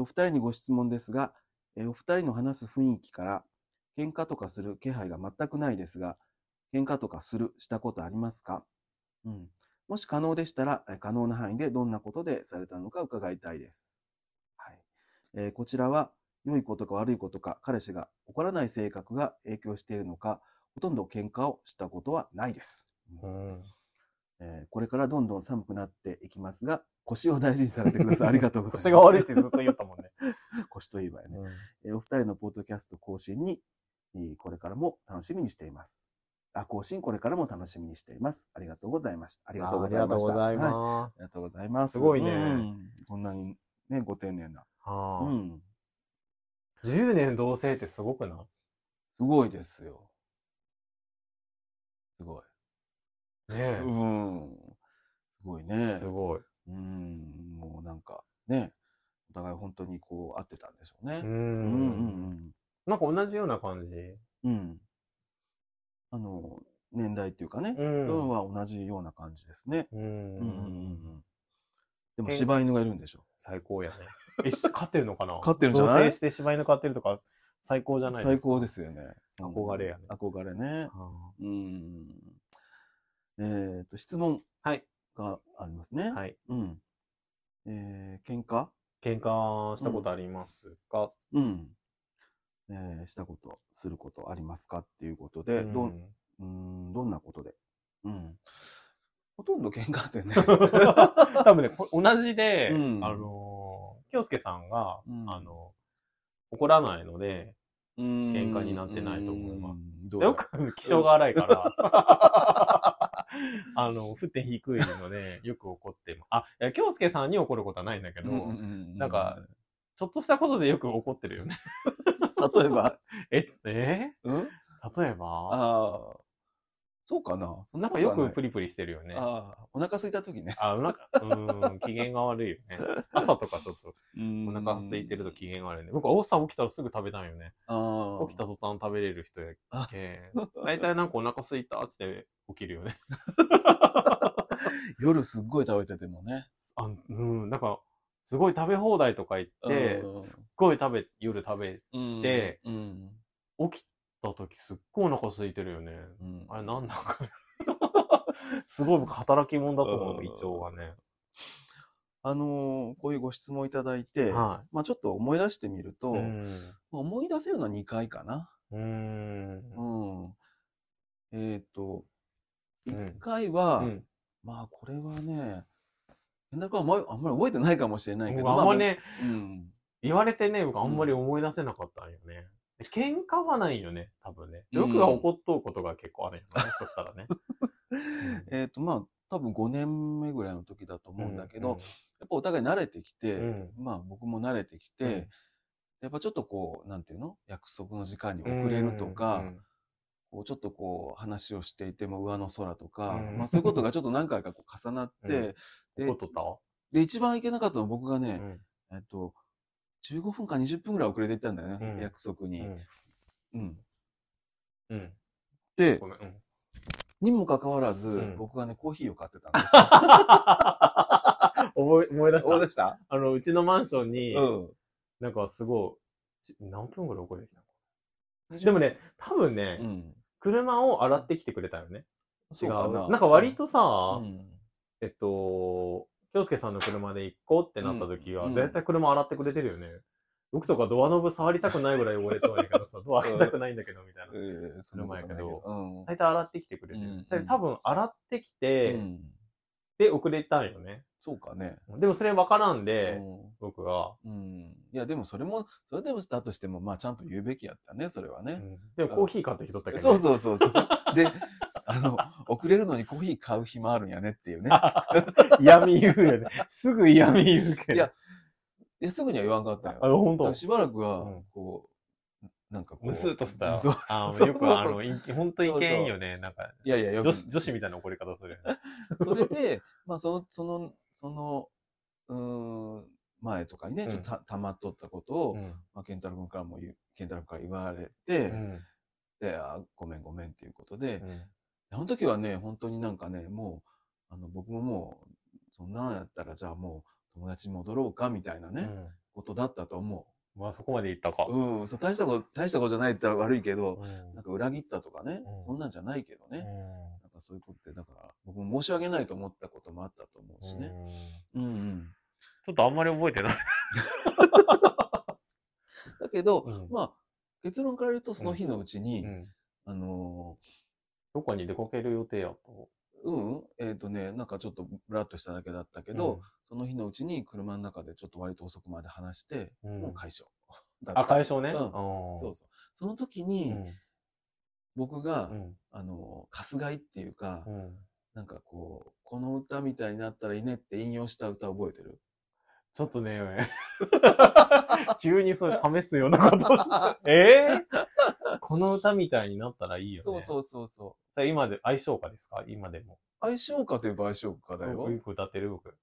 お二人にご質問ですが、えーお二人の話す雰囲気から、喧嘩とかする気配が全くないですが、喧嘩とかする、したことありますかうん。もし可能でしたら、えー可能な範囲でどんなことでされたのか伺いたいです。はい。えーこちらは、良いことか悪いことか、彼氏が怒らない性格が影響しているのか、ほとんど喧嘩をしたことはないです。うんえーこれからどんどん寒くなっていきますが、腰を大事にされてください。ありがとうございます。腰が悪いってずっと言った もんね。腰といえばやね。えーお二人のポッドキャスト更新に、えーこれからも楽しみにしています。あ、更新これからも楽しみにしています。ありがとうございました。ありがとうございました。はいあまりがとうございます。すごいねうんこんなにね、ご丁寧な。す。はういん。 10年同棲ってすごくないすごいですよ。すごい。ねうん。すごいえねす。ごい。うん。もうなんか、ね。お互い本当にこう、合ってたんでしょうねう。。うんん。なんか同じような感じ。うん。うん。あの、年代っていうかね。うん。は同じような感じですね。ううんうんうんん。うん。でも柴犬がいるんでしょ。最高やね。え、し飼ってるのかな飼ってるんじゃない同棲して柴犬飼ってるとか、最高じゃない最高ですすよね。うん憧れやね憧れねか。。はうん。えっと、質問はいがありますねあ。はい。うん。えー、喧嘩喧嘩したことありますかうん。えー、したこと、することありますかっていうことで、ど、うんうん、どんなことで。うん。ほとんど喧嘩ってね。 多分ね、こ同じで、うんあのー、京介さんが、うんあの、怒らないので、喧嘩になってないと思うわ。どうだろうよく気性が荒いから、 あの、振って低いので、よく怒ってます。あ、いや、京介さんに怒ることはないんだけど、うんうんうんうなんか、ちょっとしたことでよく怒ってるよね。 例えば、え、えうん例えばああ、そうかな。そんななんこかとよはないくプリプリしてるよね。ああ、お腹空いた時ね。あ、なんか、うーん、機嫌が悪いよね。朝とかちょっと、おお腹空いてると。機嫌が悪いね。僕、朝起きたらすぐ食べたいよね。ああ。起きた途端食べれる人やけあん。大体なんかお腹空いたっつって起きるよね。 夜すっごい食べててもね。あうん、なんか、すごい食べ放題とか行ってう、んすっごい食べ、夜食べ、でうん。起きた時すっごいお腹空いてるよね。うんあれなんなんか すごい僕働き者だと思う、胃腸はね。あのーこういうご質問いただいて、はまあちょっと思い出してみるい。と、うん。思い出せるのは2回かな。ううん。ん。えっ、と、うん1回は、うんまあこれはね、変な子はあんまりあんまり覚えてないかもしれないけど、僕あんまね、あもううん。言われてね、僕あんまり思い出せなかったんよね。で喧嘩はないよね、多分ね。うん僕が怒っとうことが結構あるよね、そしたらね。うん えっ、と、まあ、多分5年目ぐらいの時だと思うんだけど、やっぱお互い慣れてきて、うん、うんまあ僕も慣れてきて、うんやっぱちょっとこう、なんていうの約束の時間に遅れるとか、こうちょっとこう話をしていても上の空とか、うんまあそういうことがちょっと何回かこう重なって、うんで怒っとったで、一番いけなかったのは僕がね、うんえっと、15分か20分ぐらい遅れていったんだよね、うん約束に、うんうん。でご、めん。うんにもかかわらず、ん僕がね、コーヒーを買ってたん です思い思い出しよ。た。したあの、うちのマンションうに、ん。なんかすごい、し何分ぐらい遅れてきたのでもね、多分ね、うん。車を洗ってきてくれたよね。違。そうかなんか割、とさ、うんえっと、京介さんの車で行こうってなった時うは、ん絶対車洗ってくれてるよね。僕とかドアノブ触りたくないぐらい汚れてはいるけどさ、ドア開けたくないんだけど、みたいなえ。ー、そんなことないうん。大体洗ってきてくれてうんる。で多分洗ってきてう、んで、遅れたんよね。そうかね。でもそれ分からんで、うん僕が。うん。いや、でもそれも、それでもだとしても、まあ、ちゃんと言うべきやったね、それはね。でもコーヒー買ってきとったけど。そうそうそうそう。で、あの、遅れるのにコーヒー買う暇あるんやねっていうね。嫌味言うよね。すぐ嫌味言うけど。いやで、すぐには言わんかったあ、よ。ほんだかとら。しばらくはうん、こう、なんかこう。むすっとした。そうあそうよそうくあの、いほんといけんよね。なんか、いやいや、よく女子、女子みたいな怒り方するよね。 それで、まあ、その、その、その、うーん、前とかにね、ちょっとたたまっとったことを、ん。まあ、健太郎君からも言う、健太郎君から言われて、うんで、あ、ごめんごめんっていうことで、うんあの時はね、本当になんかね、もう、あの、僕ももう、そんなんやったら、じゃあもう、友達に戻ろうか、みたいなね、うんことだったと思まあそこまで言ったかう。。うん、そう、大したこと、大したことじゃないって言ったら悪いけど、うんなんか裏切ったとかね、うんそんなんじゃないけどうね、んなんかそういうことって、だから、僕も申し訳ないと思ったこともあったと思うしね。うん、うん、ちょっとあんまり覚えてない。だけど、うんまあ、結論から言うと、その日のうちに、うんあのどこに出かける予定やと。ー、うん、えっ、とね、なんかちょっとブラッとしただけだったけど、その日のうちに車の中でちょっと割と遅くまで話して、うん、もう解消。だったあ、解消ね。うんあーそうそう。その時に、僕が、うんあの、かすがいっていうか、うんなんかこう、この歌みたいになったらいいねって引用した歌覚えてるちょっとね、 急にそれ試すようなことをし てえーこの歌みたいになったらいいよね。そうう。そうそうそう。それ今で、相性歌ですか今でも。相性歌といえば相性歌だよよ。く歌ってる僕。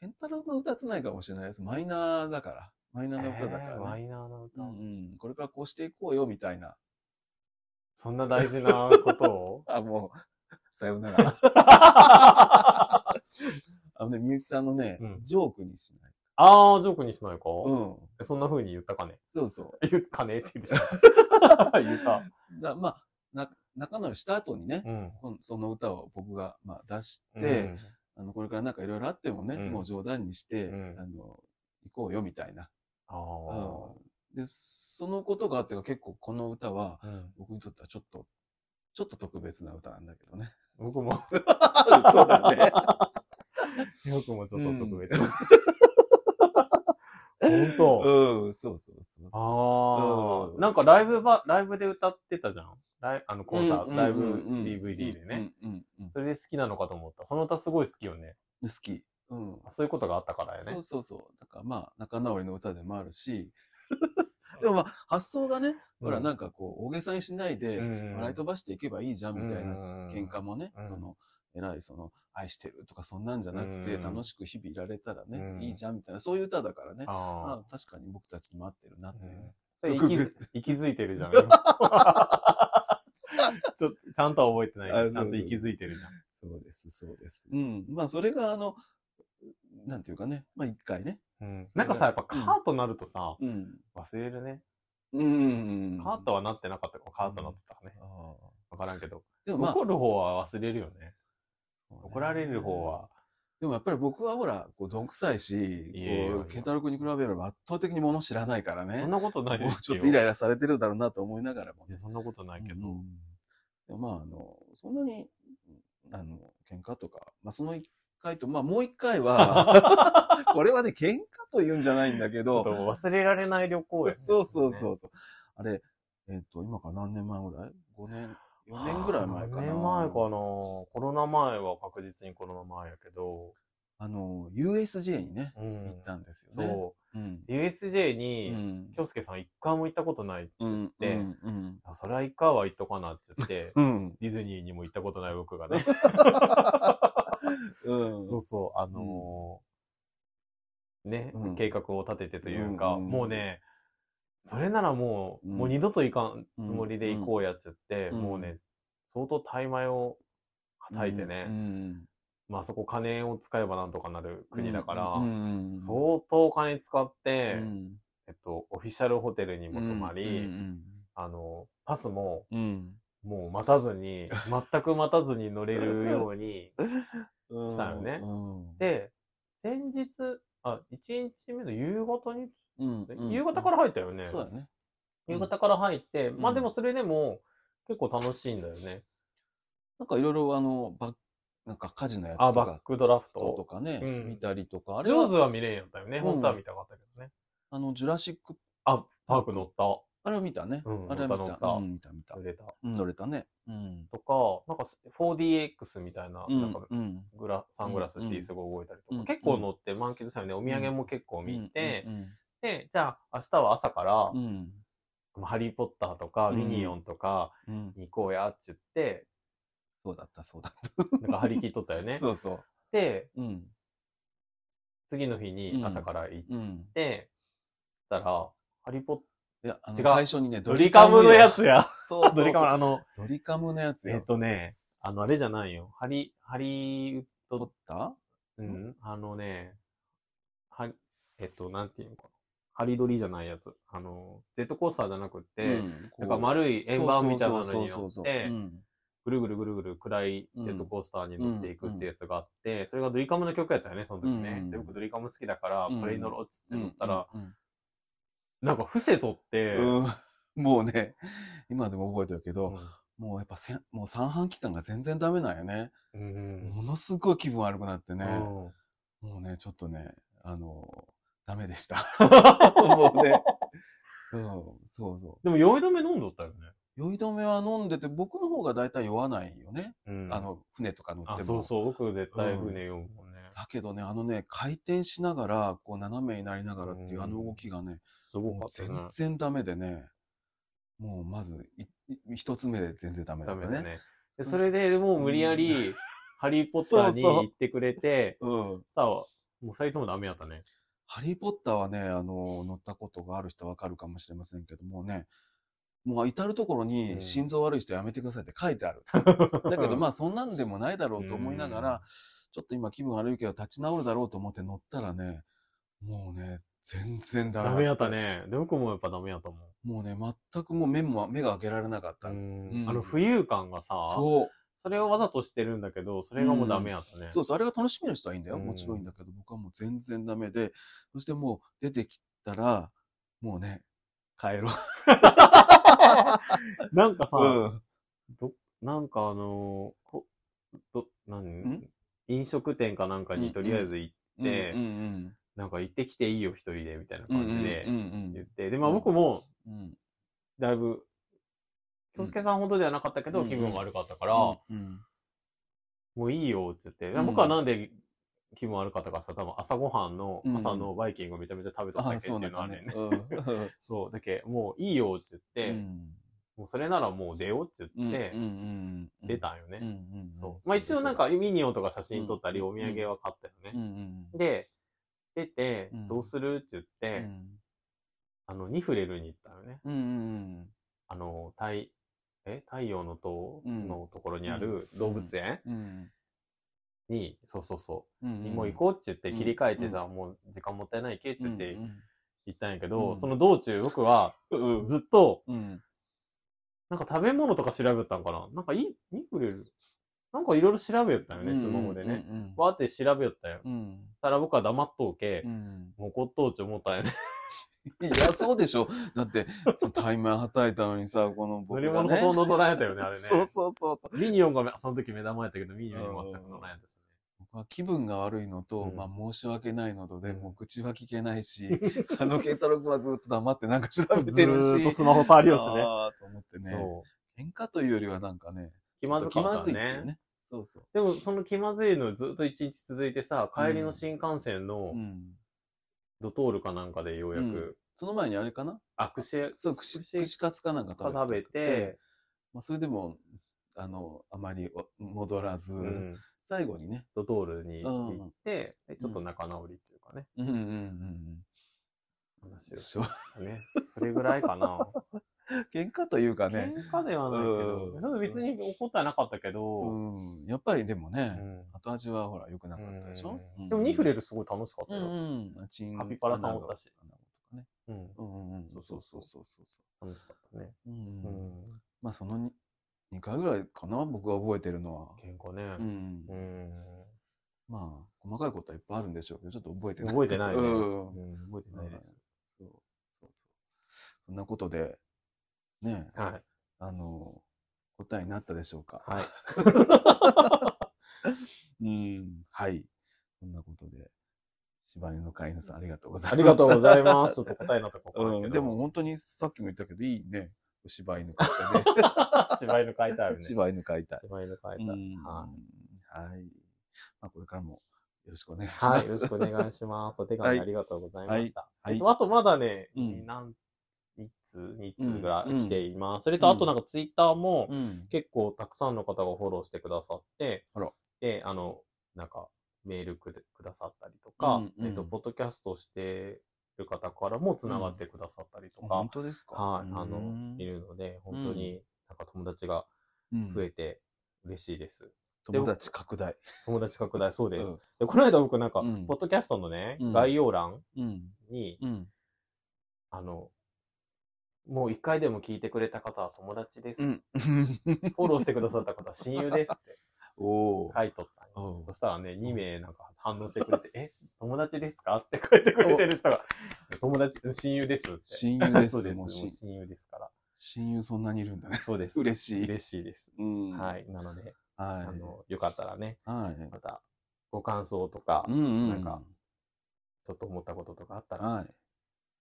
ケンタロウが歌ってないかもしれないです。マイナーだから。マイナーな歌だからえーね、マイナーな歌。うんうん、これからこうしていこうよみたいな。 そんな大事なことをあ、もう、 さような ら。ああのね、みゆきさんのね、うんジョークにしない。ー、ジョークにしないか、うん。そんな風に言ったかね。そうそう。言ったかねって言ってし まった。言った。だまあ、な仲直りした後にね、うん。こんその歌を僕が、まあ、出しうて、ん、あのこれからなんかいろいろあってもね、うんもう冗談にして、うんあの行こうよみたいな、ああうんでそのことがあってか結構この歌はー、僕にとってはちょっとちょっと特別な歌なんだけど ね僕も、そうだね僕もちょっと特別。 本当。うんそうそうそうああ、うんなんかライブば、ライブで歌ってたじゃん。ライあのコンサート、うんライブうんうん DVD でね。うんうんうんそれで好きなのかと思った。その歌すごい好きよね。好き、うん、そういうことがあったからやそねう。そうそうだからまあ仲直りの歌でもある しでもまあ発想がねほらうんなんかこう大げさにしないで、笑い飛ばしていけばいいじゃんみたいな喧嘩ももね、うんその偉いその愛してるとかそんなんじゃなくてうん楽しく日々いられたらね、うんいいじゃんみたいなそういう歌だからね、あああ確かに僕たちに待ってるなっあていうね、それ特息づ別息づい てるじゃん。今ちょっとちゃんとは覚えてないけあど、ちゃんと息そうづいてるじゃん。そうですそうですうんまあそれがあのなんていうかねまあ一回ねうんなんかさ、やっぱカートなるとさ、うん忘れるね。うんカートはなってなかったか、カートなってたかね。ああわからんけど。でもまあ残る方は忘れるよね。怒られる方は。でもやっぱり僕はほら、こう、どんくさいし、いえいえこう、ケンタロウ君に比べれば圧倒的に物知らないからねそん。なことないですもよう。ちょっとイライラされてるだろうなと思いながらもい。やそんなことないけうど。んでまあ、あの、そんなに、あの、喧嘩とか、まあ、その一回と、まあ、もう一回は、 これはね、喧嘩と言うんじゃないんだけちょっとど、忘れられない旅行やね。そうそうそううそう。あれ、えっ、と、今から何年前ぐらい ?5 年、4年ぐらい前かな。 4年前かな。コロナ前は確実にコロナ前やけど。あの、USJ にね、う行っん。たんですよね。。そうん。う。USJ うに、ん。京介さん一回も行ったことないってう言っん。て、うんうん。あそれは一回は行っとかなって言って、うん。ディズニーにも行ったことない僕がね。うん。そうそう、あのーね、うん計画を立ててというか、うんうんもうね、それならもう、うんもう二度と行かんつもりで行こうやっちゃって、うんもうね、相当大枚をはたいてね、うん。まあそこ金を使えばなんとかなる国だから、うん。相当お金使っうて、ん。えっと、オフィシャルホテルにも泊まり、うんあの、パスもうんもう待たずに、全く待たずに乗れるように、うんしたよねうんで、前日、あ、1日目の夕方に、うんうん夕方から入ったよね。そうだね。夕方から入って、んまあでもそれでも結構楽しいんだよね。なんかいろいろあの、バッなんか火事のやつあ、とバッか、クドラフとト。かね、うん見たりとか、あジれョーはズは見れんやったよね。うん本当は見たかったけどね。あの、ジュラシック、あ、パーク乗った。あれは見たねう。んあれは乗見った乗ったた。うん見た見た乗。れた。うん乗れたね。うん。とか、なんか 4DX みたいな、うんなんかうんグラサングラスしてすごい動いたりとか、うん結構乗って満喫したよね。お土産も結構見て、うんで、じゃあ明日は朝から、うんうん。まあハリーポッターとか、うんミニオンとかうんうん。に行こうやって言って、そうだった、そうだっなんか張り切っとったよた。。ねそうそで、う。うん。次の日に朝から行っうん。て、たら、ハリポッいや、あの、違う最初にね、ドリカムのやつよ。や。そうそうそう。ドリカム、あの、ドリカムのやつえよっ。とね、あの、あれじゃないよ。ハリ、ハリウッ撮ったド、うん、あのね、ハリ、えっと、なんていうのかな。ハリドリじゃないやつ。あの、ジェットコースターじゃなくって、うんなんか丸い円盤みたいなのにそうそ乗っうそうそうてう、んぐるぐるぐるぐる暗いジェットコースターに乗っていくっていうやつがあって、それがドリカムの曲やったよね、その時ね。うんで僕ドリカム好きだから、うんこれに乗ろうっつって乗ったら、うんなんか伏せとって、うん もうね、今でも覚えてるけうど、んもうやっぱせんもう三半期間が全然ダメなんよね。うんものすごい気分悪くなってうね、んもうね、ちょっとね、あの、ダメで した。もうね、そうそうそでも酔い止め飲んどったよね。う。酔い止めは飲んでて、僕の方が大体酔わないよね。あの、船とか乗っても。あ、そうそう、僕絶対船酔うもんね。だけどね、あのね、回転しながら、こう斜めになりながらっていううんあの動きがね、すごかもうったね全。然ダメでね、もうまずいい一つ目で全然ダメだダったメだね。ね。でそれでもう無理やり、ハリーポッターに行ってくれて、うん。さあ、もう二人ともダメやったね。ハリーポッターはね、あの、乗ったことがある人わかるかもしれませんけどもね、もう至るところうんに心臓悪い人やめてくださいって書いてある。 だけどまあそんなんでもないだろうと思いながうんら、ちょっと今気分悪いけど立ち直るだろうと思って乗ったらね、もうね、全然ダメダだメやった。ね。で、僕もやっぱダメやと思う。もうね、全くもう目も、目が開けられなかった。あの浮遊感がさ、そう。それをわざとしてるんだけど、それがもうダメやったね。そうそう、あれが楽しみの人はいいんだよ。うんもちろんいいんだけど、僕はもう全然ダメで、そしてもう出てきたら、もうね、帰ろう。なんかさ、うんど、なんかあのーこ、ど、何ん飲食店かなんかにとりあえず行っでうんうんなんか行ってきていいよ、一人で、みたいなうん。感じでうん言って。で、まあ僕も、うんうん。だいぶ、うん京介さんほどではなかったけど、うん気分悪かったから、うんもういいよ、って言って。でうん僕はなんで気分悪かったかさ、多分朝ごはんのう、ん朝のバイキングをめちゃめちゃ食べとったあけあ、っていそううなんのはだねね。。 そう、だけもういいよ、って言うって、んもうそれならもう出よう、ってうん言ってうん、うんうん出たんようんうね。んうん。そう。まあ一応なんか、ミニオンとか写真撮ったり、うんお土産は買ったよねう。んうんうん、で、出てう、んどうするって言っうて、んあの、ニフレルに行ったよね。うんうんあの、太、え、太陽の塔うんのところにある動物園うんうんに、そうそうそうんう、うん。もう行こうって言ってうん切り替えてさ、もう時間もったいないけって言ってうん行ったんやけうど、んその道中僕はうんずっと、うん。なんか食べ物とか調べたんかななんかいい、ニフレルなんかいろいろ調べよったよね、スマホでね。うんうんわーって調べよったよ。うん。たら僕は黙っとうけう、ん。もうこっとうち思ったんやね。いや、そうでしょ。だって、そのタイマーはたいたのにさ、この乗僕りが、ね、物ほとんど乗らんやったよね、あれね。そうそうそうそう。ミニオンがめその時目玉やったけど、ミニオンにも全く乗らんやったしね。僕は気分が悪いのと、うんまあ申し訳ないのとで、うんもう口は聞けないし、あの軽太郎君はずっと黙ってなんか調べてるし。ずーっとスマホ触りよしねあーと思ってね。そう。喧嘩というよりはなんかね、気まずかった気まずいっていねう。ね。そうそう。でも、その気まずいのずっと一日続いてさ、帰りの新幹線のうん。ドトールかなんかでようやうんく、その前にあれかなあ、串焼きそう、串、串カツかなんかか食べて、、まあ、それでも、あの、あまりお戻らず、うん最後にね、ドトールに行って、でちょっと仲直りっていうかね、うんうんうん話をしましたね。それぐらいかな。うん。喧嘩というかね 喧、嘩ではないけうど、んその別に怒ってはなかったけど、うん、やっぱりでもね、うん後味はほら良くなかったでしょ、うんでもニフレルルすごい楽しかったうんよ。うんチンカピバラさんおったしアナゴとかねううんんうんうんそうそうそうそう楽しかったね。そううんううんんまあその 2, 二回ぐらいかな僕が覚えてるのは、喧嘩ねう。んうんまあ細かいことはいっぱいあるんでしょうけどちょっと覚えてない覚えてないね。ううんん覚えてないです。そうそうそうそんなことでねはい。あの答えになったでしょうかはい。うんはいそんなことで柴犬の飼い主さんありがとうございあましたりがとうございま す。ちょっと答えになったか分からんけうど。ん、でも、本当にさっきも言ったけど、いいね。柴犬飼いた柴犬飼いたいよね。ね。柴犬飼いたい。柴犬飼いたい。うんははい。まあ、これからもよろしくお願いしい。はまい。よろすし。くお願いします。お手は紙いありがとうございました。はいえっとあとまだね、うん何、一通、二通ぐらい来ています。それうと、んあとなんかツイッターもうん。結構たくさんの方がフォローしてくださってあら、で、あの、なんかメールくれくださったりとか、うんうんえっと、ポッドキャストをしてる方からもつながってくださったりとか、本当ですかはい、あうのん、いるので、本当になんか友達がうん増えて嬉しいです。友達拡大。友達拡大、そううです。んで、この間僕なんか、うんポッドキャストのね、うん概要欄うん。に、うん。あの、もう一回でも聞いてくれた方は友達です。うん。フォローしてくださった方は親友ですっておー書いとったんよおうそしたらね、2名なんか反応してくれて、え、友達ですかって書いてくれてる人が、友達、親友ですって。親友です そうです。ももうしう親友ですか親友そんなにいるんだら。ね。そうです。嬉しい。嬉しいです。うん。。はいい。なので、あはの、よかったらね、い。はい。また、ご感想とか、うんうん。なんかちょっと思ったこととかあったら、はい。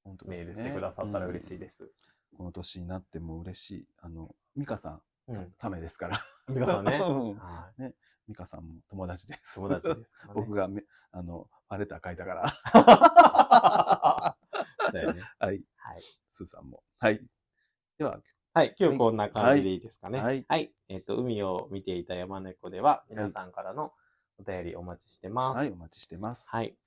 本当ですメねールしてくださったら嬉しいで。うんす。この年になっても嬉しい。あの、美香さん、うん。ためですから。美香さ んね。うんはい。美香さんも友達です。友達ですから ね。僕がめ、あの、パレタ書い たから。そうやね。はい。はい。スーさんも。はい。では、はい。今日こんな感じでいいですかね。はいはいはい。えっと、海を見ていた山猫では、皆さんからのお便りお待ちしてます。はい、お待ちしてます。はい。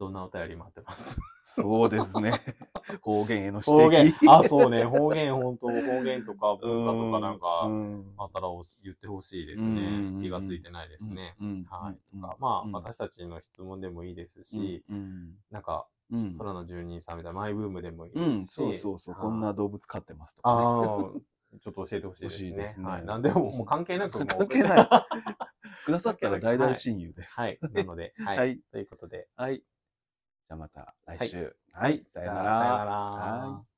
どんなお便り待ってますそうですね。 方言への指摘。方言。あ、 そうね。方言、本当方言とか文化とかなんうか、んあったらおし言ってほしいですうんうんうんうねん。気がついてないですね。。うんはい。うんとか、まうんあ、私たちの質問でもいいですうんし、うんなんか、うん。空の住人さんみたいなマイブームでもいいうでん、すし。そうそうそう。こんは。ない動物飼ってますとああかね。、ちょっと教えてほしいで欲すしいでねす。ねはい。なんでも、もう関係なくもう。関係ない。 くださったら大々親友です。はい。なので、ははい。い。ということで。はい。じゃあまた来週。ははいい。さよなら。じゃあさよならはい。